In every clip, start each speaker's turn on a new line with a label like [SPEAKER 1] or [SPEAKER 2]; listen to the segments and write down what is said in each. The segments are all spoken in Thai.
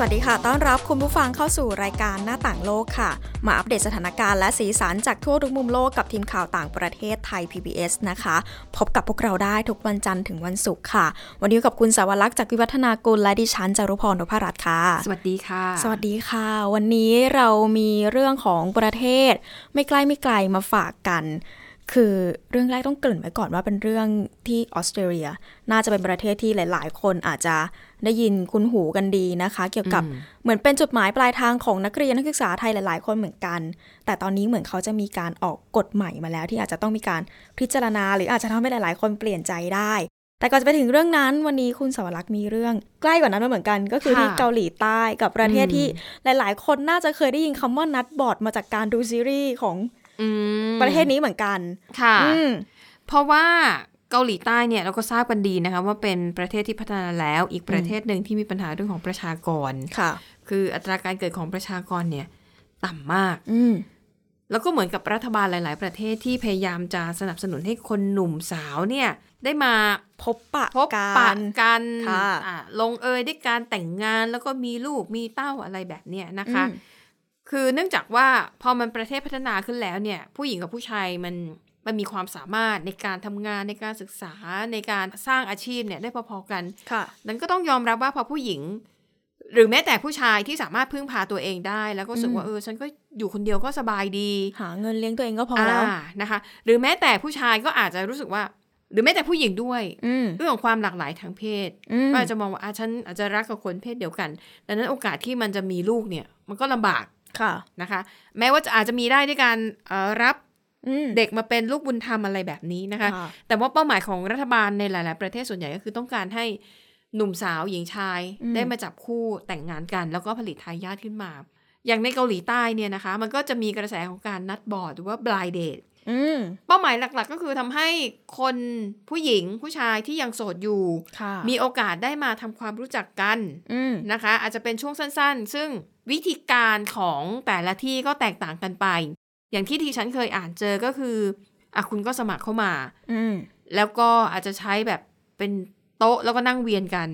[SPEAKER 1] สวัสดีค่ะ ต้อนรับคุณผู้ฟังเข้าสู่รายการหน้าต่างโลกค่ะ มาอัปเดตสถานการณ์และสีสันจากทั่วทุกมุมโลกกับทีมข่าวต่างประเทศไทย PBS นะคะ พบกับพวกเราได้ทุกวันจันทร์ถึงวันศุกร์ค่ะ วันนี้อยู่กับคุณสาวรักษ์จากวิวัฒนากุลและดิฉันจารุพรนพรัตน์ค่ะ
[SPEAKER 2] สวัสดีค่ะ
[SPEAKER 1] สวัสดีค่ะ วันนี้เรามีเรื่องของประเทศ ไม่ใกล้ไม่ไกลมาฝากกัน คือเรื่องแรกต้องเกริ่นไว้ก่อนว่าเป็นเรื่องที่ออสเตรเลีย น่าจะเป็นประเทศที่หลาย ๆ คนอาจจะได้ยินคุ้นหูกันดีนะคะ เกี่ยวกับเหมือนเป็นจุดหมายปลายทางของนักเรียนนักศึกษาไทยหลาย ๆ คนเหมือนกัน แต่ตอนนี้เหมือนเขาจะมีการออกกฎใหม่มาแล้ว ที่อาจจะต้องมีการพิจารณา หรืออาจจะทำให้หลาย ๆ คนเปลี่ยนใจได้ แต่ก่อนจะไปถึงเรื่องนั้นวันนี้คุณสวรักษ์มีเรื่องใกล้กว่านั้นมาเหมือนกัน ก็คือที่
[SPEAKER 2] ค่ะ
[SPEAKER 1] เกาหลีใต้กับประเทศที่ หลาย ๆ คนน่าจะเคยได้ยินคำว่านัดบอร์ดมาจากการดูซีรีส์ของ
[SPEAKER 2] อืม
[SPEAKER 1] ประเทศนี้เหมือนกัน
[SPEAKER 2] ค่ะ
[SPEAKER 1] อืม
[SPEAKER 2] เพราะว่าเกาหลีใต้เนี่ยเราก็ทราบกันดีนะคะว่าเป็นประเทศที่พัฒนาแล้วอีกประเทศหนึ่งที่มีปัญหาเรื่องของประชากร
[SPEAKER 1] ค่ะ
[SPEAKER 2] คืออัตราการเกิดของประชากรเนี่ยต่ำมาก
[SPEAKER 1] อืม
[SPEAKER 2] แล้วก็เหมือนกับรัฐบาลหลาย ๆ ประเทศที่พยายามจะสนับสนุนให้คนหนุ่มสาวเนี่ยได้มา
[SPEAKER 1] พบปะ
[SPEAKER 2] พบ
[SPEAKER 1] กั
[SPEAKER 2] ปะ
[SPEAKER 1] น
[SPEAKER 2] กัน
[SPEAKER 1] ค่ะ
[SPEAKER 2] อ่ะลงเอยด้วยการแต่งงานแล้วก็มีลูกมีเต้าอะไรแบบเนี้ยนะคะ
[SPEAKER 1] อืม
[SPEAKER 2] คือเนื่องจากว่าพอมันประเทศพัฒนาขึ้นแล้วเนี่ย ผู้หญิงกับผู้ชายมันมันมีความสามารถในการทำงานในการศึกษาในการสร้างอาชีพเนี่ยได้พอๆกัน
[SPEAKER 1] ค่ะ
[SPEAKER 2] นั้นก็ต้องยอมรับว่าพอผู้หญิง หรือแม้แต่ผู้ชายที่สามารถพึ่งพาตัวเองได้ แล้วก็รู้สึกว่า
[SPEAKER 1] อืม
[SPEAKER 2] เออฉันก็อยู่คนเดียวก็สบายดี
[SPEAKER 1] หาเงินเลี้ยงตัวเองก็พอแล้ว
[SPEAKER 2] านะคะ หรือแม้แต่ผู้ชายก็อาจจะรู้สึกว่า หรือแม้แต่ผู้หญิงด้วย
[SPEAKER 1] อืม
[SPEAKER 2] เรื่องของความหลากหลายทางเพศ
[SPEAKER 1] อืม
[SPEAKER 2] ก็อาจจะมองว่าอาฉันอาจจะรักกับคนเพศเดียวกันดังนั้นโอกาสที่มันจะมีลูกเนี่ย มันก็ลำบาก
[SPEAKER 1] ค่ะ
[SPEAKER 2] นะคะ แม้ว่าจะอาจจะมีได้ด้วยการเอ่อรับ
[SPEAKER 1] อืม
[SPEAKER 2] เด็กมาเป็นลูกบุญธรรมอะไรแบบนี้นะคะ
[SPEAKER 1] ค่ะ
[SPEAKER 2] แต่ว่าเป้าหมายของรัฐบาลในหลาย ๆ ประเทศส่วนใหญ่ก็คือต้องการให้หนุ่มสาวหญิงชาย
[SPEAKER 1] อืม
[SPEAKER 2] ได้มาจับคู่แต่งงานกัน แล้วก็ผลิตทายาทขึ้นมา อย่างในเกาหลีใต้เนี่ยนะคะ มันก็จะมีกระแสของการนัดบอร์ดหรือว่า blind date
[SPEAKER 1] อืม
[SPEAKER 2] เป้าหมายหลัก ๆ ก็คือทำให้คนผู้หญิงผู้ชายที่ยังโสดอยู่
[SPEAKER 1] ค่ะ
[SPEAKER 2] มีโอกาสได้มาทำความรู้จักกัน
[SPEAKER 1] อืม
[SPEAKER 2] นะคะ อาจจะเป็นช่วงสั้น ๆ ซึ่งวิธีการของแต่ละที่ก็แตกต่างกันไป อย่างที่ที่ฉันเคยอ่านเจอก็คืออ่ะคุณก็สมัครเข้ามา
[SPEAKER 1] อืม
[SPEAKER 2] แล้วก็อาจจะใช้แบบเป็นโต๊ะแล้วก็นั่งเวียนกัน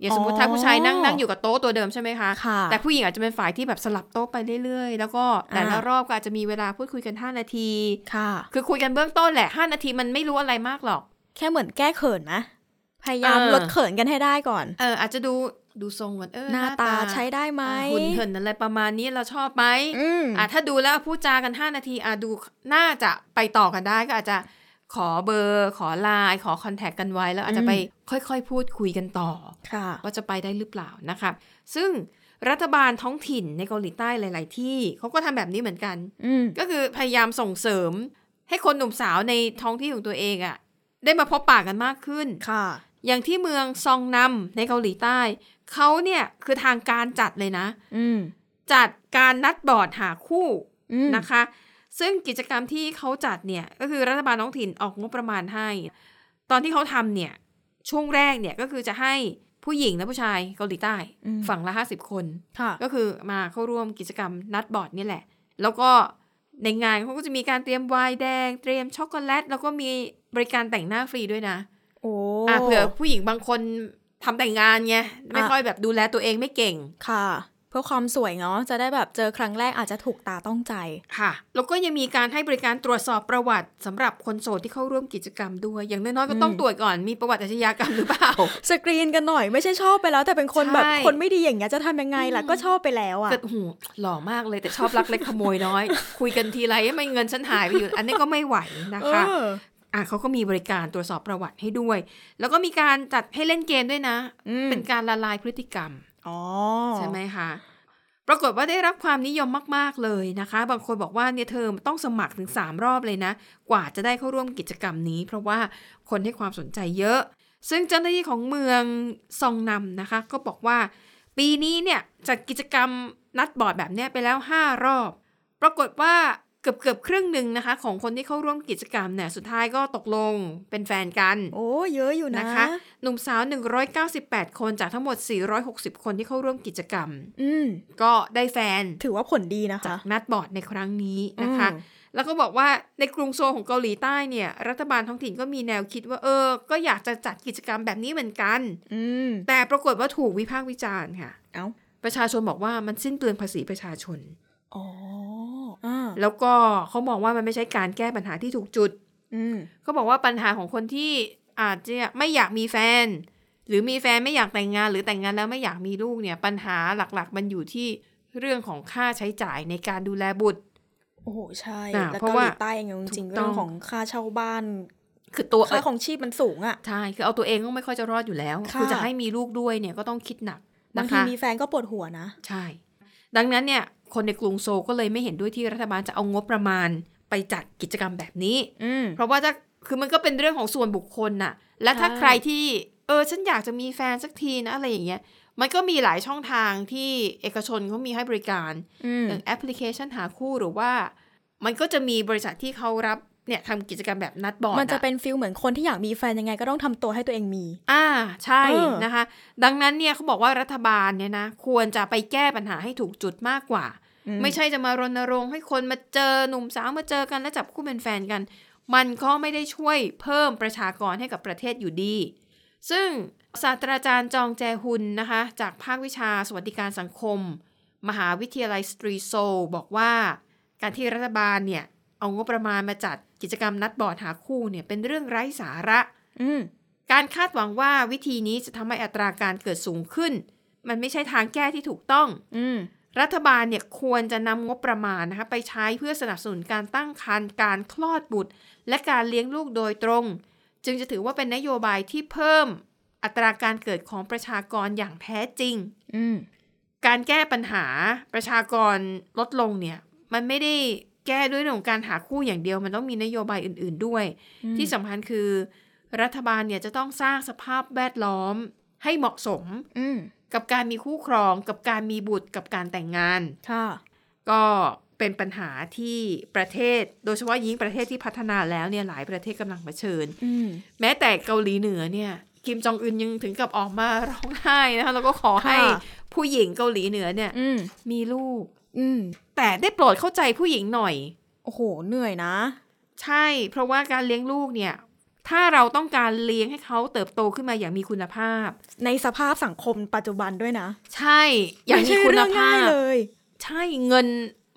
[SPEAKER 2] อย่างสมม
[SPEAKER 1] อ๋
[SPEAKER 2] ติ
[SPEAKER 1] อ
[SPEAKER 2] ถ้าผู้ชายนั่งนั่งอยู่กับโต๊ะตัวเดิมใช่ไหมคะ
[SPEAKER 1] ค่ะ
[SPEAKER 2] แต่ผู้หญิงอาจจะเป็นฝ่ายที่แบบสลับโต๊ะไปเรื่อยๆ แล้วก็แต่ละ
[SPEAKER 1] อ่าร ร
[SPEAKER 2] อบก็อาจจะมีเวลาพูดคุยกัน 5 นาที
[SPEAKER 1] ค่ะ
[SPEAKER 2] คือคุยกันเบื้องต้นแหละ 5 นาทีมันไม่รู้อะไรมากหรอก
[SPEAKER 1] แค่เหมือนแก้เขินนะพยายาม
[SPEAKER 2] เออ
[SPEAKER 1] ลดเขินกันให้ได้ก่อน
[SPEAKER 2] เอออาจจะดูดูทรงก่อนเออ
[SPEAKER 1] หน้าตาใช้ได้ไหม
[SPEAKER 2] อ่าหุ่นเหินอะไรประมาณนี้เราชอบไหม
[SPEAKER 1] อืม
[SPEAKER 2] อ่ะถ้าดูแล้วพูดจากัน 5 นาทีอ่ะดูน่าจะไปต่อกันได้ก็อาจจะขอเบอร์ขอไลน์ขอคอนแทคกันไว้แล้วอาจจะไปค่อยๆ พูดคุยกันต่อ
[SPEAKER 1] ค่ะ
[SPEAKER 2] ว่าจะไปได้หรือเปล่านะคะ ซึ่งรัฐบาลท้องถิ่นในเกาหลีใต้หลาย ๆ ที่เขาก็ทำแบบนี้เหมือนกัน
[SPEAKER 1] อืม
[SPEAKER 2] ก็คือพยายามส่งเสริม ให้คนหนุ่มสาวในท้องที่ของตัวเองอะ่ะ ได้มาพบปะกันมากขึ้น
[SPEAKER 1] ค่ะ
[SPEAKER 2] อย่างที่เมืองซองนำในเกาหลีใต้ เขาเนี่ยคือทางการจัดเลยนะ
[SPEAKER 1] อืม
[SPEAKER 2] จัดการนัดบอร์ดหาคู่
[SPEAKER 1] อืม
[SPEAKER 2] นะคะ ซึ่งกิจกรรมที่เขาจัดเนี่ยก็คือรัฐบาลท้องถิ่นออกงบประมาณให้ ตอนที่เขาทำเนี่ยช่วงแรกเนี่ยก็คือจะให้ผู้หญิงและผู้ชายเกาหลีใต้
[SPEAKER 1] อืม
[SPEAKER 2] ฝั่งละ 50 คน
[SPEAKER 1] ค่ะ
[SPEAKER 2] ก็คือมาเข้าร่วมกิจกรรมนัดบอร์ดนี่แหละ แล้วก็ในงานเขาก็จะมีการเตรียมไวน์แดง เตรียมช็อกโกแลต แล้วก็มีบริการแต่งหน้าฟรีด้วยนะ
[SPEAKER 1] โอ้
[SPEAKER 2] อ่ะเผื่อผู้หญิงบางคนทำแต่งงานไงไม่ค่อยแบบดูแลตัวเองไม่เก่ง
[SPEAKER 1] ค่ะ เพื่อความสวยเนาะจะได้แบบเจอครั้งแรกอาจจะถูกตาต้องใจ
[SPEAKER 2] ค่ะแล้วก็ยังมีการให้บริการตรวจสอบประวัติสำหรับคนโสดที่เข้าร่วมกิจกรรมด้วย อย่างน้อยๆก็ต้อง
[SPEAKER 1] อืม
[SPEAKER 2] ตรวจก่อนมีประวัติอาชญากรรมหรือเปล่า
[SPEAKER 1] สกรีนกันหน่อยไม่ใช่ชอบไปแล้ว แต่เป็นคนแบบ
[SPEAKER 2] ใช่
[SPEAKER 1] คนไม่ดีอย่างเงี้ยจะทำยังไงล่ะก็ชอบไปแล้วอ่ะ
[SPEAKER 2] เกิดหูหล่อมากเลยแต่ชอบลักเล็กขโมยน้อย คุยกันทีไรไม่เงินฉันหายไปอยู่ อันนี้ก็ไม่ไหวนะคะ
[SPEAKER 1] เออ
[SPEAKER 2] อ่ะเขาก็มีบริการตรวจสอบประวัติให้ด้วย แล้วก็มีการจัดให้เล่นเกมด้วยนะ
[SPEAKER 1] อืม
[SPEAKER 2] เป็นการละลายพฤติกรรม
[SPEAKER 1] อ๋อ
[SPEAKER 2] ใช่ไหมคะปรากฏว่าได้รับความนิยมมาก ๆ เลยนะคะ บางคนบอกว่าเนี่ยเธอต้องสมัครถึง 3 รอบเลยนะ กว่าจะได้เข้าร่วมกิจกรรมนี้ เพราะว่าคนให้ความสนใจเยอะ ซึ่งเจ้าหน้าที่ของเมืองซองนำนะคะ ก็บอกว่า ปีนี้เนี่ยจัดกิจกรรมนัดบอร์ดแบบเนี้ยไปแล้ว 5 รอบ ปรากฏว่า เกือบเกือบครึ่งหนึ่งนะคะ ของคนที่เข้าร่วมกิจกรรมเนี่ยสุดท้ายก็ตกลงเป็นแฟนกัน
[SPEAKER 1] โอ้เยอะอยู่นะ
[SPEAKER 2] นะคะ หนุ่มสาว 198 คนจากทั้งหมด 460 คนที่เข้าร่วมกิจกรรม
[SPEAKER 1] อืม
[SPEAKER 2] ก็ได้แฟน
[SPEAKER 1] ถือว่าผลดีนะคะ
[SPEAKER 2] นัดบอร์ดในครั้งนี้นะคะ
[SPEAKER 1] อืม
[SPEAKER 2] แล้วก็บอกว่าในกรุงโซลของเกาหลีใต้เนี่ย รัฐบาลท้องถิ่นก็มีแนวคิดว่าเออ ก็อยากจะจัดกิจกรรมแบบนี้เหมือนกัน
[SPEAKER 1] อืม
[SPEAKER 2] แต่ปรากฏว่าถูกวิพากษ์วิจารณ์ค่ะ
[SPEAKER 1] เอ้า
[SPEAKER 2] ประชาชนบอกว่ามันสิ้นเปลืองภาษีประชาชน
[SPEAKER 1] อ๋ออ่า
[SPEAKER 2] แล้วก็เขามองว่ามันไม่ใช่การแก้ปัญหาที่ถูกจุด
[SPEAKER 1] อืม
[SPEAKER 2] เขาบอกว่าปัญหาของคนที่อาจจะไม่อยากมีแฟน หรือมีแฟนไม่อยากแต่งงาน หรือแต่งงานแล้วไม่อยากมีลูกเนี่ย ปัญหาหลักๆ มันอยู่ที่เรื่องของค่าใช้จ่ายในการดูแลบุตร
[SPEAKER 1] โอ้โห ใช่
[SPEAKER 2] อ่า
[SPEAKER 1] แล้ว
[SPEAKER 2] เพราะ
[SPEAKER 1] เกาห
[SPEAKER 2] ว่า
[SPEAKER 1] ลีใต้เองจริงๆ
[SPEAKER 2] ถูกต้
[SPEAKER 1] เรื่อ
[SPEAKER 2] อ
[SPEAKER 1] ง งของค่าเช่าบ้าน
[SPEAKER 2] คือตัว
[SPEAKER 1] ค่าของชีพมันสูงอ่ะ
[SPEAKER 2] ใช่คือเอาตัวเองก็ไม่ค่อยจะรอดอยู่แล้ว
[SPEAKER 1] ค่ะ
[SPEAKER 2] คือจะให้มีลูกด้วยเนี่ยก็ต้องคิดหนัก
[SPEAKER 1] บาง
[SPEAKER 2] นะคะ
[SPEAKER 1] ทีมีแฟนก็ปวดหัวนะ
[SPEAKER 2] ใช่ ดังนั้นเนี่ย คนในกรุงโซลก็เลยไม่เห็นด้วยที่รัฐบาลจะเอางบประมาณไปจัดกิจกรรมแบบนี้
[SPEAKER 1] อืม
[SPEAKER 2] เพราะว่าจะคือมันก็เป็นเรื่องของส่วนบุคคลน่ะ และถ้า
[SPEAKER 1] ใช่
[SPEAKER 2] ใครที่เออฉันอยากจะมีแฟนสักทีนะอะไรอย่างเงี้ย มันก็มีหลายช่องทางที่เอกชนเขามีให้บริการ
[SPEAKER 1] อืม
[SPEAKER 2] อย่างแอปพลิเคชันหาคู่หรือว่า มันก็จะมีบริษัทที่เขารับเนี่ยทำกิจกรรมแบบนัดบอร์ด
[SPEAKER 1] มันจะ
[SPEAKER 2] อ
[SPEAKER 1] เป็นฟิลเหมือนคนที่อยากมีแฟนยังไงก็ต้องทำตัวให้ตัวเองมี
[SPEAKER 2] อ่าใช่
[SPEAKER 1] เออ
[SPEAKER 2] นะคะ ดังนั้นเนี่ยเขาบอกว่ารัฐบาลเนี่ยนะควรจะไปแก้ปัญหาให้ถูกจุดมากกว่า ไม่ใช่จะมารณรงค์ให้คนมาเจอหนุ่มสาวมาเจอกันแล้วจับคู่เป็นแฟนกัน มันก็ไม่ได้ช่วยเพิ่มประชากรให้กับประเทศอยู่ดี ซึ่งศาสตราจารย์จองแจฮุนนะคะ จากภาควิชาสวัสดิการสังคม มหาวิทยาลัยสตรีโซลบอกว่า การที่รัฐบาลเนี่ยเอางบประมาณมาจัดกิจกรรมนัดบอร์ดหาคู่เนี่ยเป็นเรื่องไร้สาระ
[SPEAKER 1] อืม
[SPEAKER 2] การคาดหวังว่าวิธีนี้จะทำให้อัตราการเกิดสูงขึ้น มันไม่ใช่ทางแก้ที่ถูกต้อง
[SPEAKER 1] อืม
[SPEAKER 2] รัฐบาลเนี่ยควรจะนำงบประมาณนะคะไปใช้เพื่อสนับสนุนการตั้งครรภ์การคลอดบุตร และการเลี้ยงลูกโดยตรง จึงจะถือว่าเป็นนโยบายที่เพิ่มอัตราการเกิดของประชากรอย่างแท้จริง
[SPEAKER 1] อืม
[SPEAKER 2] การแก้ปัญหาประชากรลดลงเนี่ย มันไม่ได้แก้ด้วยเรื่องของการหาคู่อย่างเดียว มันต้องมีนโยบายอื่น ๆด้วย ที่สำคัญคือ รัฐบาลเนี่ยจะต้องสร้างสภาพแวดล้อมให้เหมาะสม
[SPEAKER 1] อืม
[SPEAKER 2] กับการมีคู่ครอง กับการมีบุตรกับการแต่งงาน
[SPEAKER 1] ค่ะ
[SPEAKER 2] ก็เป็นปัญหาที่ประเทศ โดยเฉพาะยิ่งประเทศที่พัฒนาแล้วเนี่ยหลายประเทศกำลังเผชิญ
[SPEAKER 1] อืม
[SPEAKER 2] แม้แต่เกาหลีเหนือเนี่ย คิมจองอึนยังถึงกับออกมาร้องไห้นะคะแล้วก็ขอให้
[SPEAKER 1] ค่ะ
[SPEAKER 2] ผู้หญิงเกาหลีเหนือเนี่ย
[SPEAKER 1] อืม
[SPEAKER 2] มีลูก
[SPEAKER 1] อืม
[SPEAKER 2] แต่ได้โปรดเข้าใจผู้หญิงหน่อย
[SPEAKER 1] โอ้โห เหนื่อยนะ
[SPEAKER 2] ใช่ เพราะว่าการเลี้ยงลูกเนี่ย ถ้าเราต้องการเลี้ยงให้เขาเติบโตขึ้นมาอย่างมีคุณภาพ
[SPEAKER 1] ในสภาพสังคมปัจจุบันด้วยนะ
[SPEAKER 2] ใช่อย่างมี
[SPEAKER 1] ไม่ใช่
[SPEAKER 2] คุณ
[SPEAKER 1] เรื่องง่
[SPEAKER 2] ภาพ
[SPEAKER 1] เลย
[SPEAKER 2] ใช่เงิน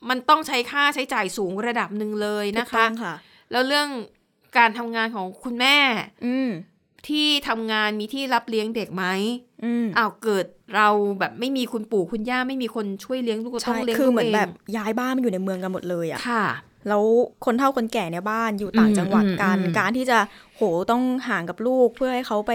[SPEAKER 2] มันต้องใช้ค่าใช้จ่ายสูงระดับหนึ่งเลย
[SPEAKER 1] ถู
[SPEAKER 2] นะ
[SPEAKER 1] กต้
[SPEAKER 2] คะ
[SPEAKER 1] องค่ะ
[SPEAKER 2] แล้วเรื่องการทำงานของคุณแม่
[SPEAKER 1] อืม
[SPEAKER 2] ที่ทำงานมีที่รับเลี้ยงเด็กไหม
[SPEAKER 1] อืม
[SPEAKER 2] อ้าวเกิดเราแบบไม่มีคุณปู่คุณย่าไม่มีคนช่วยเลี้ยงลูกก็ต้
[SPEAKER 1] ใช่
[SPEAKER 2] องเลี้ยง
[SPEAKER 1] คือ
[SPEAKER 2] ลู
[SPEAKER 1] เห
[SPEAKER 2] ก
[SPEAKER 1] มือน
[SPEAKER 2] เอ
[SPEAKER 1] แบบ
[SPEAKER 2] ง
[SPEAKER 1] ย้ายบ้านมาอยู่ในเมืองกันหมดเลยอะ
[SPEAKER 2] ค่ะ
[SPEAKER 1] แล้วคนเฒ่าคนแก่ในบ้านอยู่ต่างจังหวัดกัน
[SPEAKER 2] อืมอืม
[SPEAKER 1] การที่จะโหต้องห่างกับลูกเพื่อให้เขาไป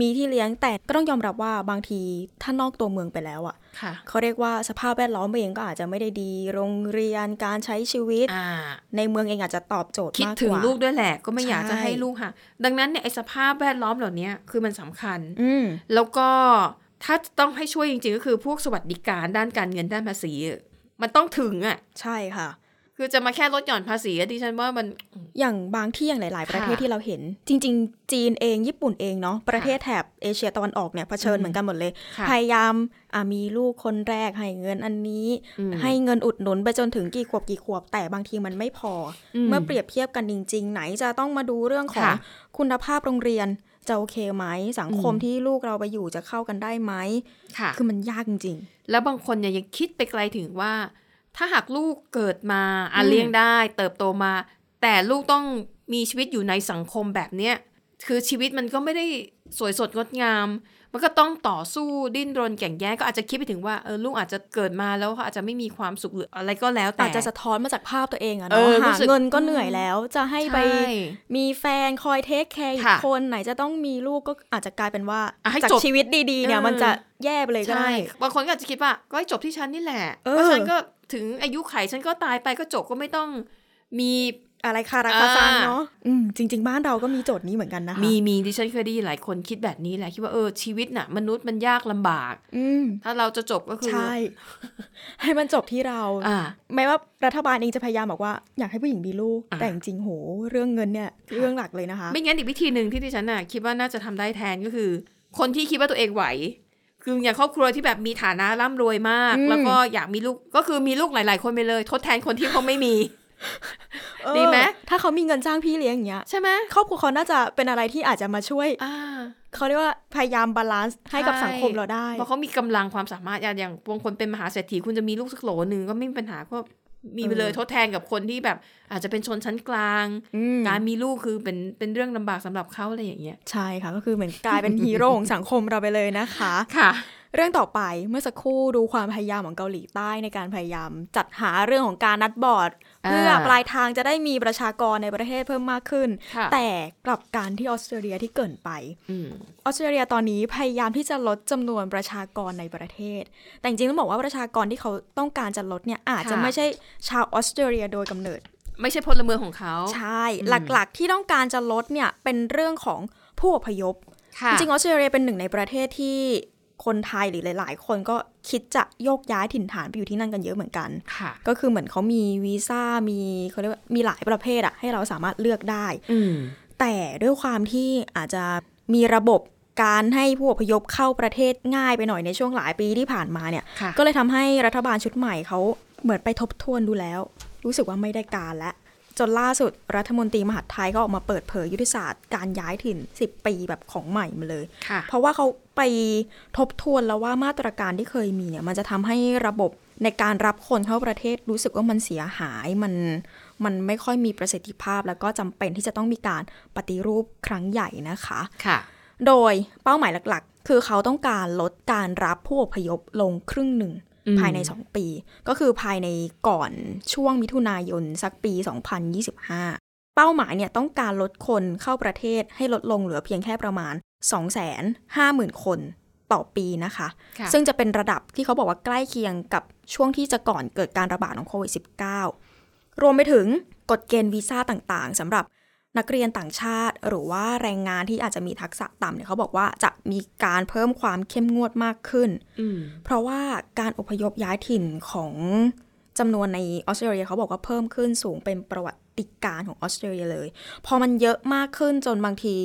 [SPEAKER 1] มีที่เลี้ยงแต่ก็ต้องยอมรับว่าบางทีถ้านอกตัวเมืองไปแล้วอะ่ะ
[SPEAKER 2] ค่ะ
[SPEAKER 1] เขาเรียกว่าสภาพแวดล้อมเองก็อาจจะไม่ได้ดี โรงเรียนการใช้ชีวิต
[SPEAKER 2] อ่า
[SPEAKER 1] ในเมืองเองอาจจะตอบโจทย์
[SPEAKER 2] คิด
[SPEAKER 1] มาก
[SPEAKER 2] ถึ
[SPEAKER 1] ก
[SPEAKER 2] ง
[SPEAKER 1] ว่า
[SPEAKER 2] ลูกด้วยแหละก็ไม่อยากจะ
[SPEAKER 1] ใช่
[SPEAKER 2] ให้ลูกห่างดังนั้นเนี่ยไอสภาพแวดล้อมเหล่านี้คือมันสำคัญ
[SPEAKER 1] อืม
[SPEAKER 2] แล้วก็ถ้าต้องให้ช่วยจริงๆ ก็คือพวกสวัสดิการด้านการเงินด้านภาษี มันต้องถึงอ่ะ
[SPEAKER 1] ใช่ค่ะ
[SPEAKER 2] คือจะมาแค่ลดหย่อนภาษีอะดิฉันว่ามัน
[SPEAKER 1] อย่างบางที่อย่างหลาย ๆ ประเทศ
[SPEAKER 2] ค่ะ
[SPEAKER 1] ที่เราเห็น จริง ๆ จีนเองญี่ปุ่นเองเนาะประเทศแถบเอเชียตะวันออกเนี่ยเผชิญเหมือนกันหมดเลย
[SPEAKER 2] ค่ะ
[SPEAKER 1] พยายามอ่ะมีลูกคนแรกให้เงินอันนี้
[SPEAKER 2] อืม
[SPEAKER 1] ให้เงินอุดหนุนไปจนถึงกี่ขวบกี่ขวบ แต่บางทีมันไม่พออ
[SPEAKER 2] ม
[SPEAKER 1] เมื่อเปรียบเทียบกันจริง ๆ ไหนจะต้องมาดูเรื่องของ
[SPEAKER 2] ค่ะ
[SPEAKER 1] คุณภาพโรงเรียนจะโอเคไหมสังคมที่ลูกเราไปอยู่จะเข้ากันได้ไหม
[SPEAKER 2] ค่ะ
[SPEAKER 1] คือมันยากจริง
[SPEAKER 2] แล้วบางคนเนี่ยยังคิดไปไกลถึงว่า ถ้าหากลูกเกิดมาอ่ะ
[SPEAKER 1] อืม
[SPEAKER 2] เลี้ยงได้ เติบโตมา แต่ลูกต้องมีชีวิตอยู่ในสังคมแบบเนี้ยคือชีวิตมันก็ไม่ได้สวยสดงดงาม มันก็ต้องต่อสู้ดิ้นรนแข่งแย่งก็อาจจะคิดไปถึงว่าเออลูกอาจจะเกิดมาแล้วเขาอาจจะไม่มีความสุขหรืออะไรก็แล้ว
[SPEAKER 1] ๆ
[SPEAKER 2] แต่
[SPEAKER 1] อาจจะสะท้อนมาจากภาพตัวเองอะ
[SPEAKER 2] เอ
[SPEAKER 1] เนาะ
[SPEAKER 2] อรู้
[SPEAKER 1] หา
[SPEAKER 2] สึก
[SPEAKER 1] เงินก็เหนื่อยแล้วจะให้ไป
[SPEAKER 2] ใช่
[SPEAKER 1] มีแฟนคอยเทคแคร์อีก
[SPEAKER 2] ค่ะ
[SPEAKER 1] คนไหนจะต้องมีลูกก็อาจจะกลายเป็นว่า
[SPEAKER 2] อ่ะให้
[SPEAKER 1] จาก
[SPEAKER 2] จบ
[SPEAKER 1] ชีวิตดีๆเนี่ย
[SPEAKER 2] เออ
[SPEAKER 1] มันจะแย่ไปเลยก็ได้
[SPEAKER 2] ใช่ บางคนก็อาจจะคิดว่าก็ให้จบที่ฉันนี่แหละ
[SPEAKER 1] เออ
[SPEAKER 2] เพราะฉันก็ถึงอายุไขฉันก็ตายไปก็จบก็ไม่ต้องมี
[SPEAKER 1] อะไรคาราคาซังเนาะอืมจริง ๆ บ้านเราก็มีโจทย์นี้เหมือนกันนะคะ
[SPEAKER 2] มีมีดิฉันเคยได้ยินหลายคนคิดแบบนี้แหละคิดว่าเออชีวิตน่ะ มนุษย์มันยากลำบาก
[SPEAKER 1] อืม
[SPEAKER 2] ถ้าเราจะจบก็คือ
[SPEAKER 1] ใช่ ให้มันจบที่เรา
[SPEAKER 2] อ่า
[SPEAKER 1] แม้ว่ารัฐบาลเองจะพยายามบอกว่าอยากให้ผู้หญิงมีลูก
[SPEAKER 2] อ่ะ
[SPEAKER 1] แต่จริงๆโห เรื่องเงินเนี่ยเรื่องหลักเลยนะคะ
[SPEAKER 2] ไม่งั้นอีกวิธีหนึ่งที่ดิฉันน่ะคิดว่าน่าจะทำได้แทนก็คือ คนที่คิดว่าตัวเองไหว คืออย่างครอบครัวที่แบบมีฐานะร่ำรวยมาก
[SPEAKER 1] อืม
[SPEAKER 2] แล้วก็อยากมีลูกก็คือมีลูกหลาย ๆ คนไปเลย ทดแทนคนที่เขาไม่มี
[SPEAKER 1] เออ
[SPEAKER 2] ดีไหม
[SPEAKER 1] ถ้าเขามีเงินจ้างพี่เลี้ยงอย่างเงี้ย
[SPEAKER 2] ใช่ไหม
[SPEAKER 1] ครอบครัวเขาน่าจะเป็นอะไรที่อาจจะมาช่วย
[SPEAKER 2] อ่า
[SPEAKER 1] เขาเรียกว่าพยายามบาลานซ์ให้กับ
[SPEAKER 2] ใช่
[SPEAKER 1] สังคมเราได้
[SPEAKER 2] เพราะเขามีกำลังความสามารถอย่างอย่างบางคนเป็นมหาเศรษฐีคุณจะมีลูกสักโหลหนึ่งก็ไม่มีปัญหาก็มีไปเลย
[SPEAKER 1] เออ
[SPEAKER 2] ทดแทนกับคนที่แบบ อาจจะเป็นชนชั้นกลาง
[SPEAKER 1] อืม
[SPEAKER 2] การมีลูกคือเป็นเป็นเรื่องลำบากสำหรับเขาอะไรอย่างเงี้ย
[SPEAKER 1] ใช่ค่ะ ก็คือเหมือนกลายเป็นฮีโร่ของสังคมเราไปเลยนะคะ
[SPEAKER 2] ค่ะ
[SPEAKER 1] เรื่องต่อไปเมื่อสักครู่ดูความพยายามของเกาหลีใต้ในการพยายามจัดหาเรื่องของการนัดบอร์ด
[SPEAKER 2] อ่า
[SPEAKER 1] เพื่อปลายทางจะได้มีประชากรในประเทศเพิ่มมากขึ้น
[SPEAKER 2] ค่ะ
[SPEAKER 1] แต่กลับการที่ออสเตรเลียที่เกรินไป
[SPEAKER 2] อืม
[SPEAKER 1] ออสเตรเลียตอนนี้พยายามที่จะลดจำนวนประชากรในประเทศ แต่จริงๆต้องบอกว่าประชากรที่เขาต้องการจะลดเนี่ยอาจจะไม่ใช่ชาวออสเตรเลียโดยกำเนิด
[SPEAKER 2] ไม่ใช่พลเมืองของเขา
[SPEAKER 1] ใช่
[SPEAKER 2] อืม
[SPEAKER 1] หลักๆที่ต้องการจะลดเนี่ยเป็นเรื่องของผู้อพยพ
[SPEAKER 2] ค่ะ
[SPEAKER 1] จริงๆออสเตรเลียเป็นหนึ่งในประเทศที่คนไทยหรือหลาย ๆ คนก็คิดจะโยกย้ายถิ่นฐานไปอยู่ที่นั่นกันเยอะเหมือนกัน
[SPEAKER 2] ค่ะ
[SPEAKER 1] ก็คือเหมือนเขามีวีซ่ามีเขาเรียกว่ามีหลายประเภทอะให้เราสามารถเลือกได้
[SPEAKER 2] อืม
[SPEAKER 1] แต่ด้วยความที่อาจจะมีระบบการให้ผู้อพยพเข้าประเทศง่ายไปหน่อยในช่วงหลายปีที่ผ่านมาเนี่ย
[SPEAKER 2] ค่ะ
[SPEAKER 1] ก็เลยทำให้รัฐบาลชุดใหม่เขาเหมือนไปทบทวนดูแล้ว รู้สึกว่าไม่ได้การและ จนล่าสุดรัฐมนตรีมหาดไทยก็ออกมาเปิดเผยยุทธศาสตร์การย้ายถิ่น 10 ปีแบบของใหม่มาเลย
[SPEAKER 2] ค่ะ
[SPEAKER 1] เพราะว่าเขาไปทบทวนแล้วว่ามาตรการที่เคยมีเนี่ยมันจะทำให้ระบบในการรับคนเข้าประเทศรู้สึกว่ามันเสียหายมันมันไม่ค่อยมีประสิทธิภาพ แล้วก็จำเป็นที่จะต้องมีการปฏิรูปครั้งใหญ่นะคะ
[SPEAKER 2] ค่ะ
[SPEAKER 1] โดยเป้าหมายหลักๆ คือเขาต้องการลดการรับผู้อพยพลงครึ่งหนึ่ง
[SPEAKER 2] อืม
[SPEAKER 1] ภายใน 2 ปี ก็คือภายในก่อนช่วงมิถุนายนสักปี 2025 เป้าหมายเนี่ยต้องการลดคนเข้าประเทศให้ลดลงเหลือเพียงแค่ประมาณ 250,000 คนต่อปีนะคะ
[SPEAKER 2] ค่ะ
[SPEAKER 1] ซึ่งจะเป็นระดับที่เขาบอกว่าใกล้เคียงกับช่วงที่จะก่อนเกิดการระบาดของโควิด -19 รวมไปถึงกฎเกณฑ์วีซ่าต่างๆสำหรับนักเรียนต่างชาติ หรือว่าแรงงานที่อาจจะมีทักษะต่ำเนี่ยเขาบอกว่าจะมีการเพิ่มความเข้มงวดมากขึ้น
[SPEAKER 2] อืม
[SPEAKER 1] เพราะว่าการอพยพย้ายถิ่นของจำนวนในออสเตรเลียเขาบอกว่าเพิ่มขึ้นสูงเป็นประวัติการณ์ของออสเตรเลียเลย พอมันเยอะมากขึ้นจนบางที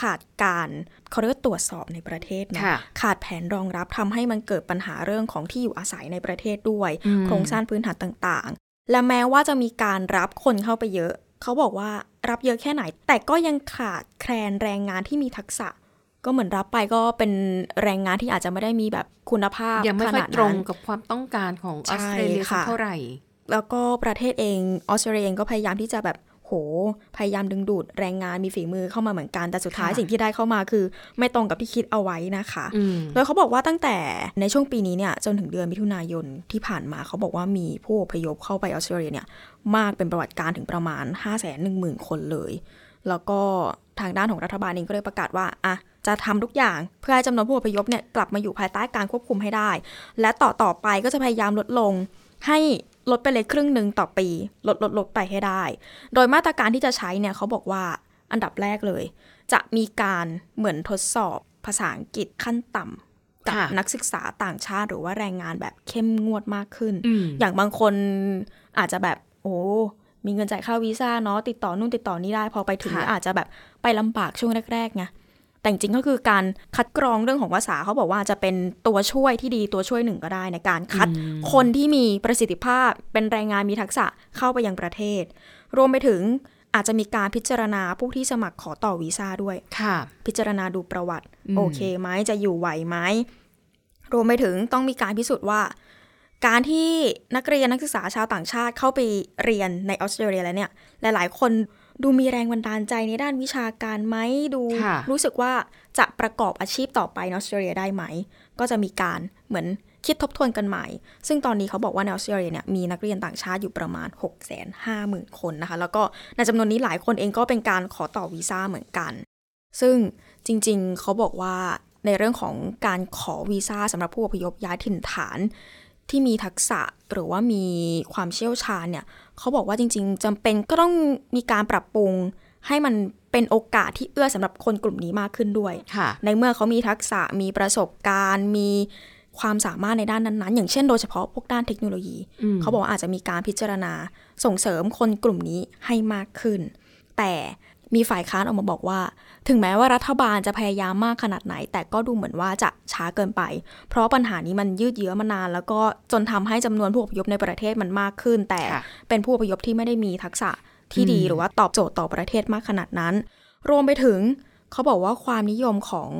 [SPEAKER 1] ขาดการเขาเรียกว่าตรวจสอบในประเทศเนอะ
[SPEAKER 2] ค่ะ
[SPEAKER 1] ขาดแผนรองรับทำให้มันเกิดปัญหาเรื่องของที่อยู่อาศัยในประเทศด้วย
[SPEAKER 2] อืม
[SPEAKER 1] โครงสร้างพื้นฐานต่างๆ และแม้ว่าจะมีการรับคนเข้าไปเยอะ เขาบอกว่ารับเยอะแค่ไหน แต่ก็ยังขาดแคลนแรงงานที่มีทักษะ ก็เหมือนรับไปก็เป็นแรงงานที่อาจจะไม่ได้มีแบบคุณภาพ
[SPEAKER 2] ยังไม่
[SPEAKER 1] ข
[SPEAKER 2] ค่อย
[SPEAKER 1] นาด
[SPEAKER 2] ตรง
[SPEAKER 1] นั้น
[SPEAKER 2] กับความต้องการของออสเตรเลีย
[SPEAKER 1] ใช่
[SPEAKER 2] สัก
[SPEAKER 1] ค่ะ
[SPEAKER 2] เท่าไหร่
[SPEAKER 1] แล้วก็ประเทศเองออสเตรเลียเองก็พยายามที่จะแบบโหพยายามดึงดูดแรงงานมีฝีมือเข้ามาเหมือนกันแต่สุดท้าย
[SPEAKER 2] ค่ะ
[SPEAKER 1] สิ่งที่ได้เข้ามาคือ ไม่ตรงกับที่คิดเอาไว้นะคะ
[SPEAKER 2] อืม
[SPEAKER 1] โดยเขาบอกว่าตั้งแต่ในช่วงปีนี้เนี่ยจนถึงเดือนมิถุนายนที่ผ่านมาเขาบอกว่ามีผู้อพยพเข้าไปออสเตรเลียเนี่ยมากเป็นประวัติการณ์ถึงประมาณ 5 1 0 0 0 0 คนเลย แล้วก็ทางด้านของรัฐบาลเองก็เลยประกาศว่าอ่ะจะทำทุกอย่างเพื่อให้จำนวนผู้อพยพเนี่ยกลับมาอยู่ภายใต้การควบคุมให้ได้ และต่อต่อไปก็จะพยายามลดลงให้ลดไปเลยครึ่งหนึ่งต่อปี ลดลดลดไปให้ได้ โดยมาตรการที่จะใช้เนี่ยเขาบอกว่าอันดับแรกเลย จะมีการเหมือนทดสอบภาษาอังกฤษขั้นต่ำกับ
[SPEAKER 2] ค่ะ
[SPEAKER 1] นักศึกษาต่างชาติหรือว่าแรงงานแบบเข้มงวดมากขึ้น
[SPEAKER 2] อืม
[SPEAKER 1] อย่างบางคนอาจจะแบบโอ้มีเงินจ่ายค่าวีซ่าเนาะติดต่อนู่นติดต่อนี่ได้พอไปถึง
[SPEAKER 2] ค่ะ
[SPEAKER 1] อาจจะแบบไปลำบากช่วงแรกๆไงแต่จริงๆก็คือการคัดกรองเรื่องของภาษาเขาบอกว่าจะเป็นตัวช่วยที่ดีตัวช่วยหนึ่งก็ได้ในการคัด คนที่มีประสิทธิภาพเป็นแรงงานมีทักษะเข้าไปยังประเทศ รวมไปถึงอาจจะมีการพิจารณาผู้ที่สมัครขอต่อวีซ่าด้วย
[SPEAKER 2] ค่ะ
[SPEAKER 1] พิจารณาดูประวัติ
[SPEAKER 2] อืม
[SPEAKER 1] โอเคไหมจะอยู่ไหวไหมรวมไปถึงต้องมีการพิสูจน์ว่า การที่นักเรียนนักศึกษาชาวต่างชาติเข้าไปเรียนในออสเตรเลียแล้วเนี่ย หลาย ๆ คนดูมีแรงบันดาลใจในด้านวิชาการไหมดู
[SPEAKER 2] ค่ะ
[SPEAKER 1] รู้สึกว่าจะประกอบอาชีพต่อไปในออสเตรเลียได้ไหม ก็จะมีการเหมือนคิดทบทวนกันใหม่ ซึ่งตอนนี้เขาบอกว่าในออสเตรเลียเนี่ยมีนักเรียนต่างชาติอยู่ประมาณ 6 5 0 0 0 0 คนนะคะ แล้วก็ในจำนวนนี้หลายคนเองก็เป็นการขอต่อวีซ่าเหมือนกัน ซึ่งจริงๆ เขาบอกว่าในเรื่องของการขอวีซ่าสำหรับผู้อพยพย้ายถิ่นฐาน ที่มีทักษะหรือว่ามีความเชี่ยวชาญเนี่ย เขาบอกว่าจริง ๆจำเป็นก็ต้องมีการปรับปรุง ให้มันเป็นโอกาสที่เอื้อสำหรับคนกลุ่มนี้มากขึ้นด้วย
[SPEAKER 2] ค่ะ
[SPEAKER 1] ในเมื่อเขามีทักษะมีประสบการณ์ มีความสามารถในด้านนั้นๆ อย่างเช่นโดยเฉพาะพวกด้านเทคโนโลยี
[SPEAKER 2] อืม
[SPEAKER 1] เขาบอกว่าอาจจะมีการพิจารณาส่งเสริมคนกลุ่มนี้ให้มากขึ้น แต่มีฝ่ายค้านออกมาบอกว่า ถึงแม้ว่ารัฐบาลจะพยายามมากขนาดไหน แต่ก็ดูเหมือนว่าจะช้าเกินไป เพราะปัญหานี้มันยืดเยื้อมานาน แล้วก็จนทำให้จำนวนผู้อพยพในประเทศมันมากขึ้น แต่
[SPEAKER 2] ค่ะ
[SPEAKER 1] เป็นผู้อพยพที่ไม่ได้มีทักษะที่ดีหรือว่าตอบโจทย์ต่อประเทศมากขนาดนั้น รวมไปถึงเขาบอกว่าความนิยมของ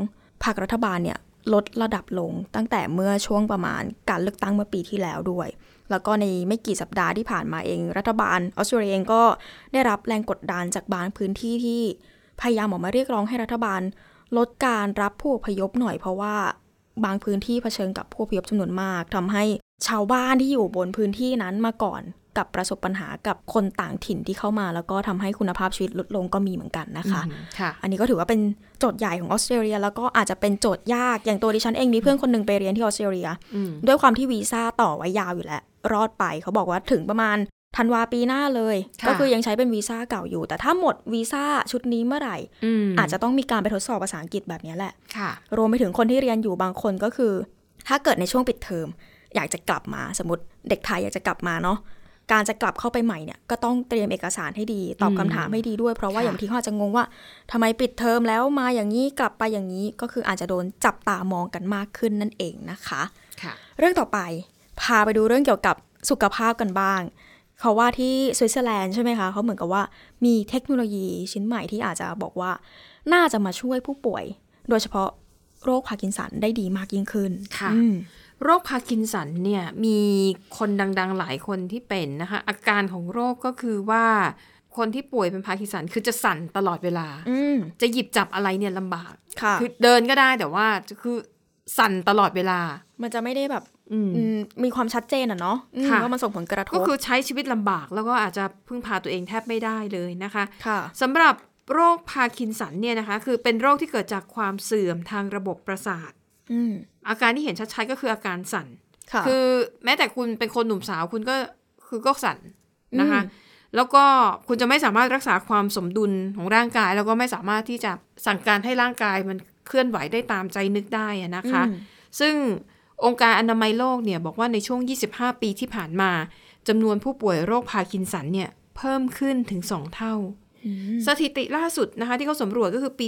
[SPEAKER 1] พรรครัฐบาลเนี่ยลดระดับลงตั้งแต่เมื่อช่วงประมาณการเลือกตั้งเมื่อปีที่แล้วด้วย แล้วก็ในไม่กี่สัปดาห์ที่ผ่านมาเอง รัฐบาลออสเตรเลียเองก็ได้รับแรงกดดันจากบางพื้นที่ที่พยายามออกมาเรียกร้องให้รัฐบาล ลดการรับผู้อพยพหน่อยเพราะว่าบางพื้นที่เผชิญกับผู้อพยพจำนวนมากทำให้ชาวบ้านที่อยู่บนพื้นที่นั้นมาก่อนกับประสบปัญหากับคนต่างถิ่นที่เข้ามา แล้วก็ทำให้คุณภาพชีวิตลดลงก็มีเหมือนกันนะคะ
[SPEAKER 2] อืมค่ะ
[SPEAKER 1] อันนี้ก็ถือว่าเป็นโจทย์ใหญ่ของออสเตรเลีย แล้วก็อาจจะเป็นโจทย์ยากอย่างตัวดิฉันเองมีเพื่อนคนหนึ่งไปเรียนที่ออสเตรเลีย
[SPEAKER 2] อืม
[SPEAKER 1] ด้วยความที่วีซ่าต่อไว้ยาวอยู่แล้ว รอดไปเขาบอกว่าถึงประมาณธันวาปีหน้าเลย
[SPEAKER 2] ะ
[SPEAKER 1] ก็คือยังใช้เป็นวีซ่าเก่าอยู่ แต่ถ้าหมดวีซ่าชุดนี้เมื่อไหร่
[SPEAKER 2] ม
[SPEAKER 1] อาจจะต้องมีการไปทดสอบภาษาอังกฤษแบบเนี้ยแหละ
[SPEAKER 2] ค่ะ
[SPEAKER 1] รวมไปถึงคนที่เรียนอยู่บางคนก็คือ ถ้าเกิดในช่วงปิดเทอมอยากจะกลับมาสมมติเด็กไทยอยากจะกลับมาเนาะการจะกลับเข้าไปใหม่เนี่ยก็ต้องเตรียมเอกสารให้ดี ตอบ
[SPEAKER 2] อืม
[SPEAKER 1] คำถามให้ดีด้วยเพราะว่า
[SPEAKER 2] ค่ะ
[SPEAKER 1] อย่างที่เขาอาจจะงงว่าทำไมปิดเทอมแล้วมาอย่างนี้กลับไปอย่างนี้ก็คืออาจจะโดนจับตามองกันมากขึ้นนั่นเองนะคะ
[SPEAKER 2] ค่ะ
[SPEAKER 1] เรื่องต่อไปพาไปดูเรื่องเกี่ยวกับสุขภาพกันบ้าง เขาว่าที่สวิตเซอร์แลนด์ใช่ไหมคะเขาเหมือนกับว่ามีเทคโนโลยีชิ้นใหม่ที่อาจจะบอกว่า น่าจะมาช่วยผู้ป่วย โดยเฉพาะโรคพาร์กินสันได้ดีมากยิ่งขึ้น
[SPEAKER 2] ค่ะ
[SPEAKER 1] อืม
[SPEAKER 2] โรคพาร์กินสันเนี่ยมีคนดังๆหลายคนที่เป็นนะคะ อาการของโรคก็คือว่าคนที่ป่วยเป็นพาร์กินสันคือจะสั่นตลอดเวลา
[SPEAKER 1] อืม
[SPEAKER 2] จะหยิบจับอะไรเนี่ยลำบาก
[SPEAKER 1] ค่ะ
[SPEAKER 2] คือเดินก็ได้แต่ว่าคือสั่นตลอดเวลา
[SPEAKER 1] มันจะไม่ได้แบบ
[SPEAKER 2] อืม
[SPEAKER 1] อืมมีความชัดเจนอะเนาะอืม
[SPEAKER 2] ค่ะ
[SPEAKER 1] ว่ามันส่งผลกระทบ
[SPEAKER 2] ก็คือใช้ชีวิตลำบากแล้วก็อาจจะพึ่งพาตัวเองแทบไม่ได้เลยนะคะ
[SPEAKER 1] ค่ะ
[SPEAKER 2] สำหรับโรคพาร์กินสันเนี่ยนะคะ คือเป็นโรคที่เกิดจากความเสื่อมทางระบบประสาท
[SPEAKER 1] อืม
[SPEAKER 2] อาการที่เห็นชัดๆก็คืออาการสั่น
[SPEAKER 1] ค่ะ
[SPEAKER 2] คือแม้แต่คุณเป็นคนหนุ่มสาวคุณก็คือก็สั่นนะคะ แล้วก็คุณจะไม่สามารถรักษาความสมดุลของร่างกาย แล้วก็ไม่สามารถที่จะสั่งการให้ร่างกายมันเคลื่อนไหวได้ตามใจนึกได้อะนะคะ
[SPEAKER 1] อืม
[SPEAKER 2] ซึ่งองค์การอนามัยโลกเนี่ยบอกว่าในช่วง 25 ปีที่ผ่านมาจำนวนผู้ป่วยโรคพาร์กินสันเนี่ยเพิ่มขึ้นถึง 2 เท่า
[SPEAKER 1] อืม
[SPEAKER 2] สถิติล่าสุดนะคะที่เขาสำรวจก็คือปี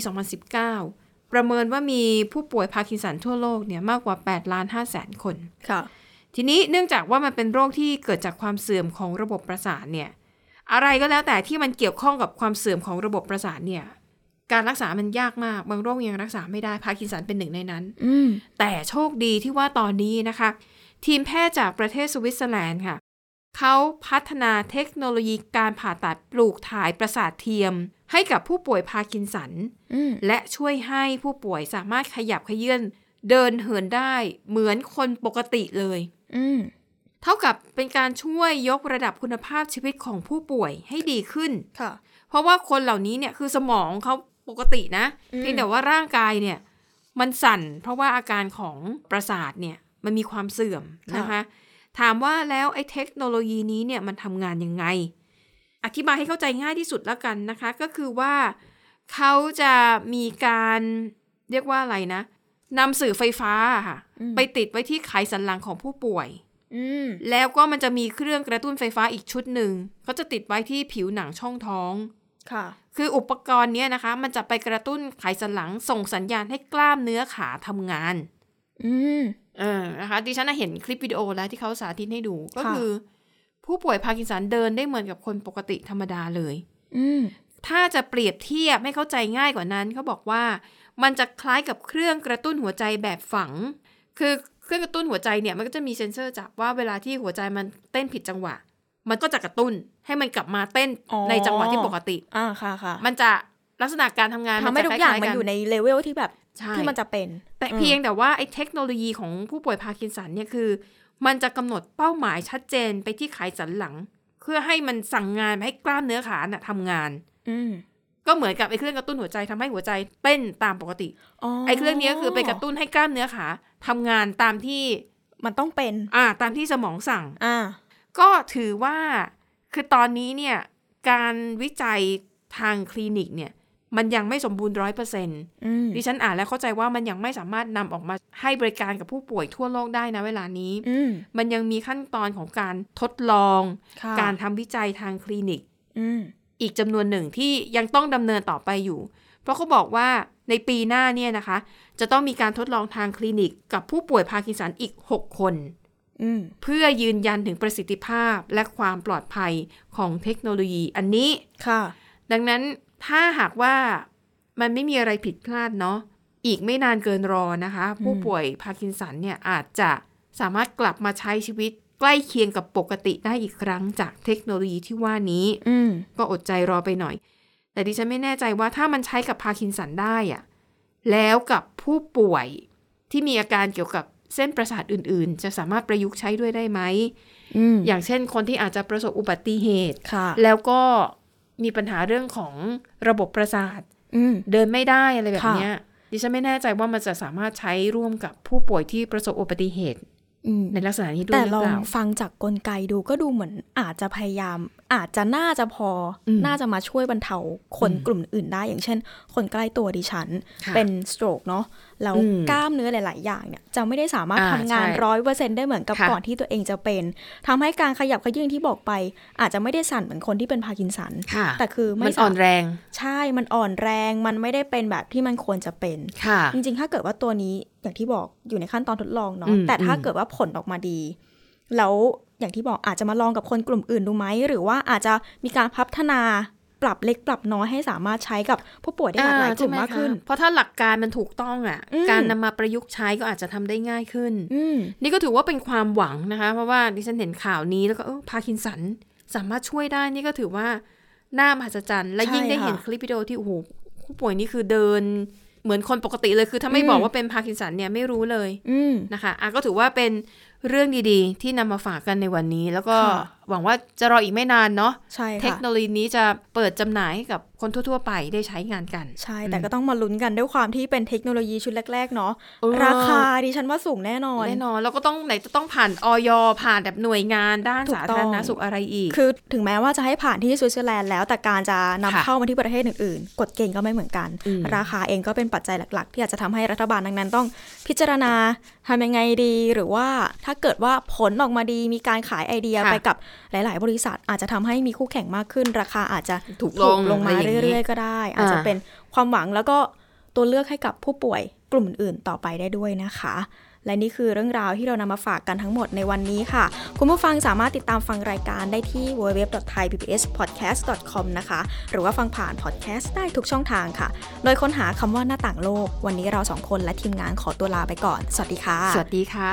[SPEAKER 2] 2019 ประเมินว่ามีผู้ป่วยพาร์กินสันทั่วโลกเนี่ยมากกว่า 8 ล้าน5แสนคน
[SPEAKER 1] ค่ะ
[SPEAKER 2] ทีนี้เนื่องจากว่ามันเป็นโรคที่เกิดจากความเสื่อมของระบบประสาทเนี่ย อะไรก็แล้วแต่ที่มันเกี่ยวข้องกับความเสื่อมของระบบประสาทเนี่ย การรักษามันยากมาก บางโรคยังรักษาไม่ได้ พาร์กินสันเป็นหนึ่งในนั้น
[SPEAKER 1] อืม
[SPEAKER 2] แต่โชคดีที่ว่าตอนนี้นะคะ ทีมแพทย์จากประเทศสวิตเซอร์แลนด์ค่ะ เขาพัฒนาเทคโนโลยีการผ่าตัดปลูกถ่ายประสาทเทียม ให้กับผู้ป่วยพาร์กินสัน
[SPEAKER 1] อืม
[SPEAKER 2] และช่วยให้ผู้ป่วยสามารถขยับเขยื่อนเดินเหินได้เหมือนคนปกติเลย
[SPEAKER 1] อืม
[SPEAKER 2] เท่ากับเป็นการช่วยยกระดับคุณภาพชีวิตของผู้ป่วยให้ดีขึ้น
[SPEAKER 1] ค่ะ
[SPEAKER 2] เพราะว่าคนเหล่านี้เนี่ยคือสมองเขาปกตินะ
[SPEAKER 1] อืม
[SPEAKER 2] เพียงแต่ว่าร่างกายเนี่ยมันสั่น เพราะว่าอาการของประสาทเนี่ยมันมีความเสื่อมนะคะ ถามว่าแล้วไอ้เทคโนโลยีนี้เนี่ยมันทำงานยังไง อธิบายให้เข้าใจง่ายที่สุดแล้วกันนะคะ ก็คือว่าเขาจะมีการเรียกว่าอะไรนะนำสื่อไฟฟ้าอะค่ะไปติดไว้ที่ไขสันหลังของผู้ป่วย
[SPEAKER 1] อืม
[SPEAKER 2] แล้วก็มันจะมีเครื่องกระตุ้นไฟฟ้าอีกชุดหนึ่งเขาจะติดไว้ที่ผิวหนังช่องท้อง
[SPEAKER 1] ค่ะ
[SPEAKER 2] คืออุปกรณ์เนี้ยนะคะ มันจะไปกระตุ้นไขสันหลังส่งสัญญาณให้กล้ามเนื้อขาทำงาน
[SPEAKER 1] อืม
[SPEAKER 2] เออนะคะดิฉันน่ะเห็นคลิปวิดีโอแล้วที่เขาสาธิตให้ดูก็
[SPEAKER 1] ค่ะ
[SPEAKER 2] คือ ผู้ป่วยพาร์กินสันเดินได้เหมือนกับคนปกติธรรมดาเลย
[SPEAKER 1] อืม
[SPEAKER 2] ถ้าจะเปรียบเทียบให้เข้าใจง่ายกว่านั้นเขาบอกว่ามันจะคล้ายกับเครื่องกระตุ้นหัวใจแบบฝัง คือเครื่องกระตุ้นหัวใจเนี่ยมันก็จะมีเซ็นเซอร์จับว่าเวลาที่หัวใจมันเต้นผิดจังหวะ มันก็จะกระตุ้นให้มันกลับมาเต้นในจังหวะที่ปกติ
[SPEAKER 1] อ่าค่ะค่ะ
[SPEAKER 2] มันจะลักษณะการทำงาน
[SPEAKER 1] ทำให้
[SPEAKER 2] จะ
[SPEAKER 1] ทุกอย่าง
[SPEAKER 2] คล้
[SPEAKER 1] มัน
[SPEAKER 2] ๆ
[SPEAKER 1] อยู่ในเลเวลที่แบบ
[SPEAKER 2] ใช่
[SPEAKER 1] ที่มันจะเป็น
[SPEAKER 2] แต่
[SPEAKER 1] อืม
[SPEAKER 2] เพียงแต่ว่าไอ้เทคโนโลยีของผู้ป่วยพาร์กินสันเนี่ยคือ มันจะกำหนดเป้าหมายชัดเจนไปที่ไขสันหลัง เพื่อให้มันสั่งงานให้กล้ามเนื้อขาน่ะทำงาน
[SPEAKER 1] อืม
[SPEAKER 2] ก็เหมือนกับไอ้เครื่องกระตุ้นหัวใจทำให้หัวใจเต้นตามปกติ ไอ้เครื่องนี้ก็คือไปกระตุ้นให้กล้ามเนื้อขาทำงานตามที่
[SPEAKER 1] มันต้องเป็น
[SPEAKER 2] อ่าตามที่สมองสั่ง
[SPEAKER 1] อ่า
[SPEAKER 2] ก็ถือว่า คือตอนนี้เนี่ยการวิจัยทางคลินิกเนี่ยมันยังไม่สมบูรณ์ร้อยเปอร์เซ็นต์
[SPEAKER 1] อืม
[SPEAKER 2] ดิฉันอ่านแล้วเข้าใจว่ามันยังไม่สามารถนำออกมาให้บริการกับผู้ป่วยทั่วโลกได้นะเวลานี้
[SPEAKER 1] อืม
[SPEAKER 2] มันยังมีขั้นตอนของการทดลอง
[SPEAKER 1] ค่ะ
[SPEAKER 2] การทำวิจัยทางคลินิก
[SPEAKER 1] อืม
[SPEAKER 2] อีกจำนวนหนึ่งที่ยังต้องดำเนินต่อไปอยู่ เพราะเขาบอกว่าในปีหน้าเนี่ยนะคะ จะต้องมีการทดลองทางคลินิกกับผู้ป่วยพาร์กินสันอีก 6 คน
[SPEAKER 1] อืม
[SPEAKER 2] เพื่อยืนยันถึงประสิทธิภาพและความปลอดภัยของเทคโนโลยีอันนี้
[SPEAKER 1] ค่ะ
[SPEAKER 2] ดังนั้นถ้าหากว่ามันไม่มีอะไรผิดพลาดเนาะอีกไม่นานเกินรอนะคะ ผู้ป่วยพาร์กินสันเนี่ยอาจจะสามารถกลับมาใช้ชีวิตใกล้เคียงกับปกติได้อีกครั้งจากเทคโนโลยีที่ว่านี้
[SPEAKER 1] อืม
[SPEAKER 2] ก็อดใจรอไปหน่อย แต่ดิฉันไม่แน่ใจว่าถ้ามันใช้กับพาร์กินสันได้อะแล้วกับผู้ป่วยที่มีอาการเกี่ยวกับเส้นประสาทอื่น ๆ จะสามารถประยุกต์ใช้ด้วยได้ไหม
[SPEAKER 1] อืม
[SPEAKER 2] อย่างเช่นคนที่อาจจะประสบอุบัติเหตุ
[SPEAKER 1] ค่ะ
[SPEAKER 2] แล้วก็มีปัญหาเรื่องของระบบประสาท
[SPEAKER 1] อืม
[SPEAKER 2] เดินไม่ได้อะไรแบบ
[SPEAKER 1] ค่ะ
[SPEAKER 2] เนี้ยดิฉันไม่แน่ใจว่ามันจะสามารถใช้ร่วมกับผู้ป่วยที่ประสบอุบัติเหตุ
[SPEAKER 1] อืม
[SPEAKER 2] ในลักษณะนี้ด้ว
[SPEAKER 1] แต่
[SPEAKER 2] ยหรือ
[SPEAKER 1] ลอ
[SPEAKER 2] เป
[SPEAKER 1] ง
[SPEAKER 2] ล่า
[SPEAKER 1] ฟังจากกลไกดูก็ดูเหมือนอาจจะพยายาม อาจจะน่าจะพออ
[SPEAKER 2] ม
[SPEAKER 1] น่าจะมาช่วยบรรเทาคน
[SPEAKER 2] อืม
[SPEAKER 1] กลุ่มอื่นได้ อย่างเช่น คนใกล้ตัวดิฉัน
[SPEAKER 2] ค่ะ
[SPEAKER 1] เป็นสโตรกเนาะแล้ว
[SPEAKER 2] อืม
[SPEAKER 1] กล้ามเนื้อหลาย ๆ อย่างเนี่ยจะไม่ได้สามารถ
[SPEAKER 2] อ่า
[SPEAKER 1] ทำงาน
[SPEAKER 2] ใช่
[SPEAKER 1] ร้อยเปอร์เซ็นได้เหมือนกับ
[SPEAKER 2] ค่ะ
[SPEAKER 1] ก่อนที่ตัวเองจะเป็นทำให้การขยับขยื่นที่บอกไป อาจจะไม่ได้สั่นเหมือนคนที่เป็นพาร์กินสัน
[SPEAKER 2] ค่ะ
[SPEAKER 1] แต่คือไม่
[SPEAKER 2] มันอ่อน
[SPEAKER 1] สั่
[SPEAKER 2] แรง
[SPEAKER 1] ใช่มันอ่อนแรง มันไม่ได้เป็นแบบที่มันควรจะเป็น
[SPEAKER 2] ค่ะ
[SPEAKER 1] จริงๆ ถ้าเกิดว่าตัวนี้อย่างที่บอกอยู่ในขั้นตอนทดลอง
[SPEAKER 2] อื
[SPEAKER 1] เนาะ
[SPEAKER 2] ม
[SPEAKER 1] แต่ถ้า
[SPEAKER 2] อืม
[SPEAKER 1] เกิดว่าผลออกมาดี แล้วอย่างที่บอกอาจจะมาลองกับคนกลุ่มอื่นดูไหม หรือว่าอาจจะมีการพัฒนาปรับเล็กปรับน้อยให้สามารถใช้กับผู้ป่วยได้หลากหลายกลุ่มมากขึ้น
[SPEAKER 2] อ่ใช่ไหคะเพราะถ้าหลักการมันถูกต้องอ่ะ
[SPEAKER 1] อืม
[SPEAKER 2] การนำมาประยุกต์ใช้ก็อาจจะทำได้ง่ายขึ้น
[SPEAKER 1] อืม
[SPEAKER 2] นี่ก็ถือว่าเป็นความหวังนะคะ เพราะว่าดิฉันเห็นข่าวนี้แล้วก็พาคินสันสามารถช่วยได้นี่ก็ถือว่าน่ามหัศจรรย์และ
[SPEAKER 1] ใช่
[SPEAKER 2] ยิ่งได้เห็น
[SPEAKER 1] ค่ะ
[SPEAKER 2] คลิปวิดีโอที่โอ้โหผู้ป่วยนี่คือเดิน เหมือนคนปกติเลยคือถ้าไม่
[SPEAKER 1] อืม
[SPEAKER 2] บอกว่าเป็นพาคินสันเนี่ยไม่รู้เลย
[SPEAKER 1] อืม
[SPEAKER 2] นะคะอ่ะก็ถือว่าเป็นเรื่องดีๆ ที่นำมาฝากกันในวันนี้ แล้วก็
[SPEAKER 1] ค่ะ
[SPEAKER 2] หวังว่าจะรออีกไม่นานเนาะ
[SPEAKER 1] ใช่
[SPEAKER 2] เทค
[SPEAKER 1] ค่ะ
[SPEAKER 2] โนโลยีนี้จะเปิดจำหน่ายให้กับคนทั่ว ๆ ไปได้ใช้งานกัน
[SPEAKER 1] ใช่ แต่ก็ต้องมาลุ้นกันด้วยความที่เป็นเทคโนโลยีชุดแรก ๆ เนาะ
[SPEAKER 2] เออ
[SPEAKER 1] ราคาดิฉันว่าสูงแน่นอน
[SPEAKER 2] แน่นอนแล้วก็ต้องไหนจะต้องผ่านออยผ่านแบบหน่วยงานด้าน
[SPEAKER 1] ถูก
[SPEAKER 2] สา
[SPEAKER 1] ต้อ
[SPEAKER 2] ธาง รณสุขอะไรอีก
[SPEAKER 1] คือถึงแม้ว่าจะให้ผ่านที่สวิตเซอร์แลนด์แล้วแต่การจะนำ
[SPEAKER 2] ค่ะ
[SPEAKER 1] เข้ามาที่ประเทศอื่นๆ กฎเกณฑ์ก็ไม่เหมือนกัน
[SPEAKER 2] อืม
[SPEAKER 1] ราคาเองก็เป็นปัจจัยหลัก ๆ ที่อาจจะทำให้รัฐบาลดังนั้นต้องพิจารณาทำยังไงดี หรือว่าถ้าเกิดว่าผลออกมาดีมีการขายไอเดีย
[SPEAKER 2] ค่ะ
[SPEAKER 1] ไปกับหลาย ๆ บริษัท อาจจะทำให้มีคู่แข่งมากขึ้น ราคาอาจจะ
[SPEAKER 2] ถูกลง
[SPEAKER 1] ลงมา
[SPEAKER 2] อะไรอย่างนี้
[SPEAKER 1] เรื่อย ๆ ก็ได้ อาจจะ
[SPEAKER 2] อ่า
[SPEAKER 1] เป็นความหวังแล้วก็ตัวเลือกให้กับผู้ป่วยกลุ่มอื่นๆต่อไปได้ด้วยนะคะ และนี่คือเรื่องราวที่เรานำมาฝากกันทั้งหมดในวันนี้ค่ะ คุณผู้ฟังสามารถติดตามฟังรายการได้ที่ www.thaipbspodcast.com นะคะ หรือว่าฟังผ่านพอดแคสต์ได้ทุกช่องทางค่ะ โดยค้นหาคำว่าหน้าต่างโลก วันนี้เราสองคนและทีมงานขอตัวลาไปก่อน สวัสดีค่ะ
[SPEAKER 2] สวัสดีค่ะ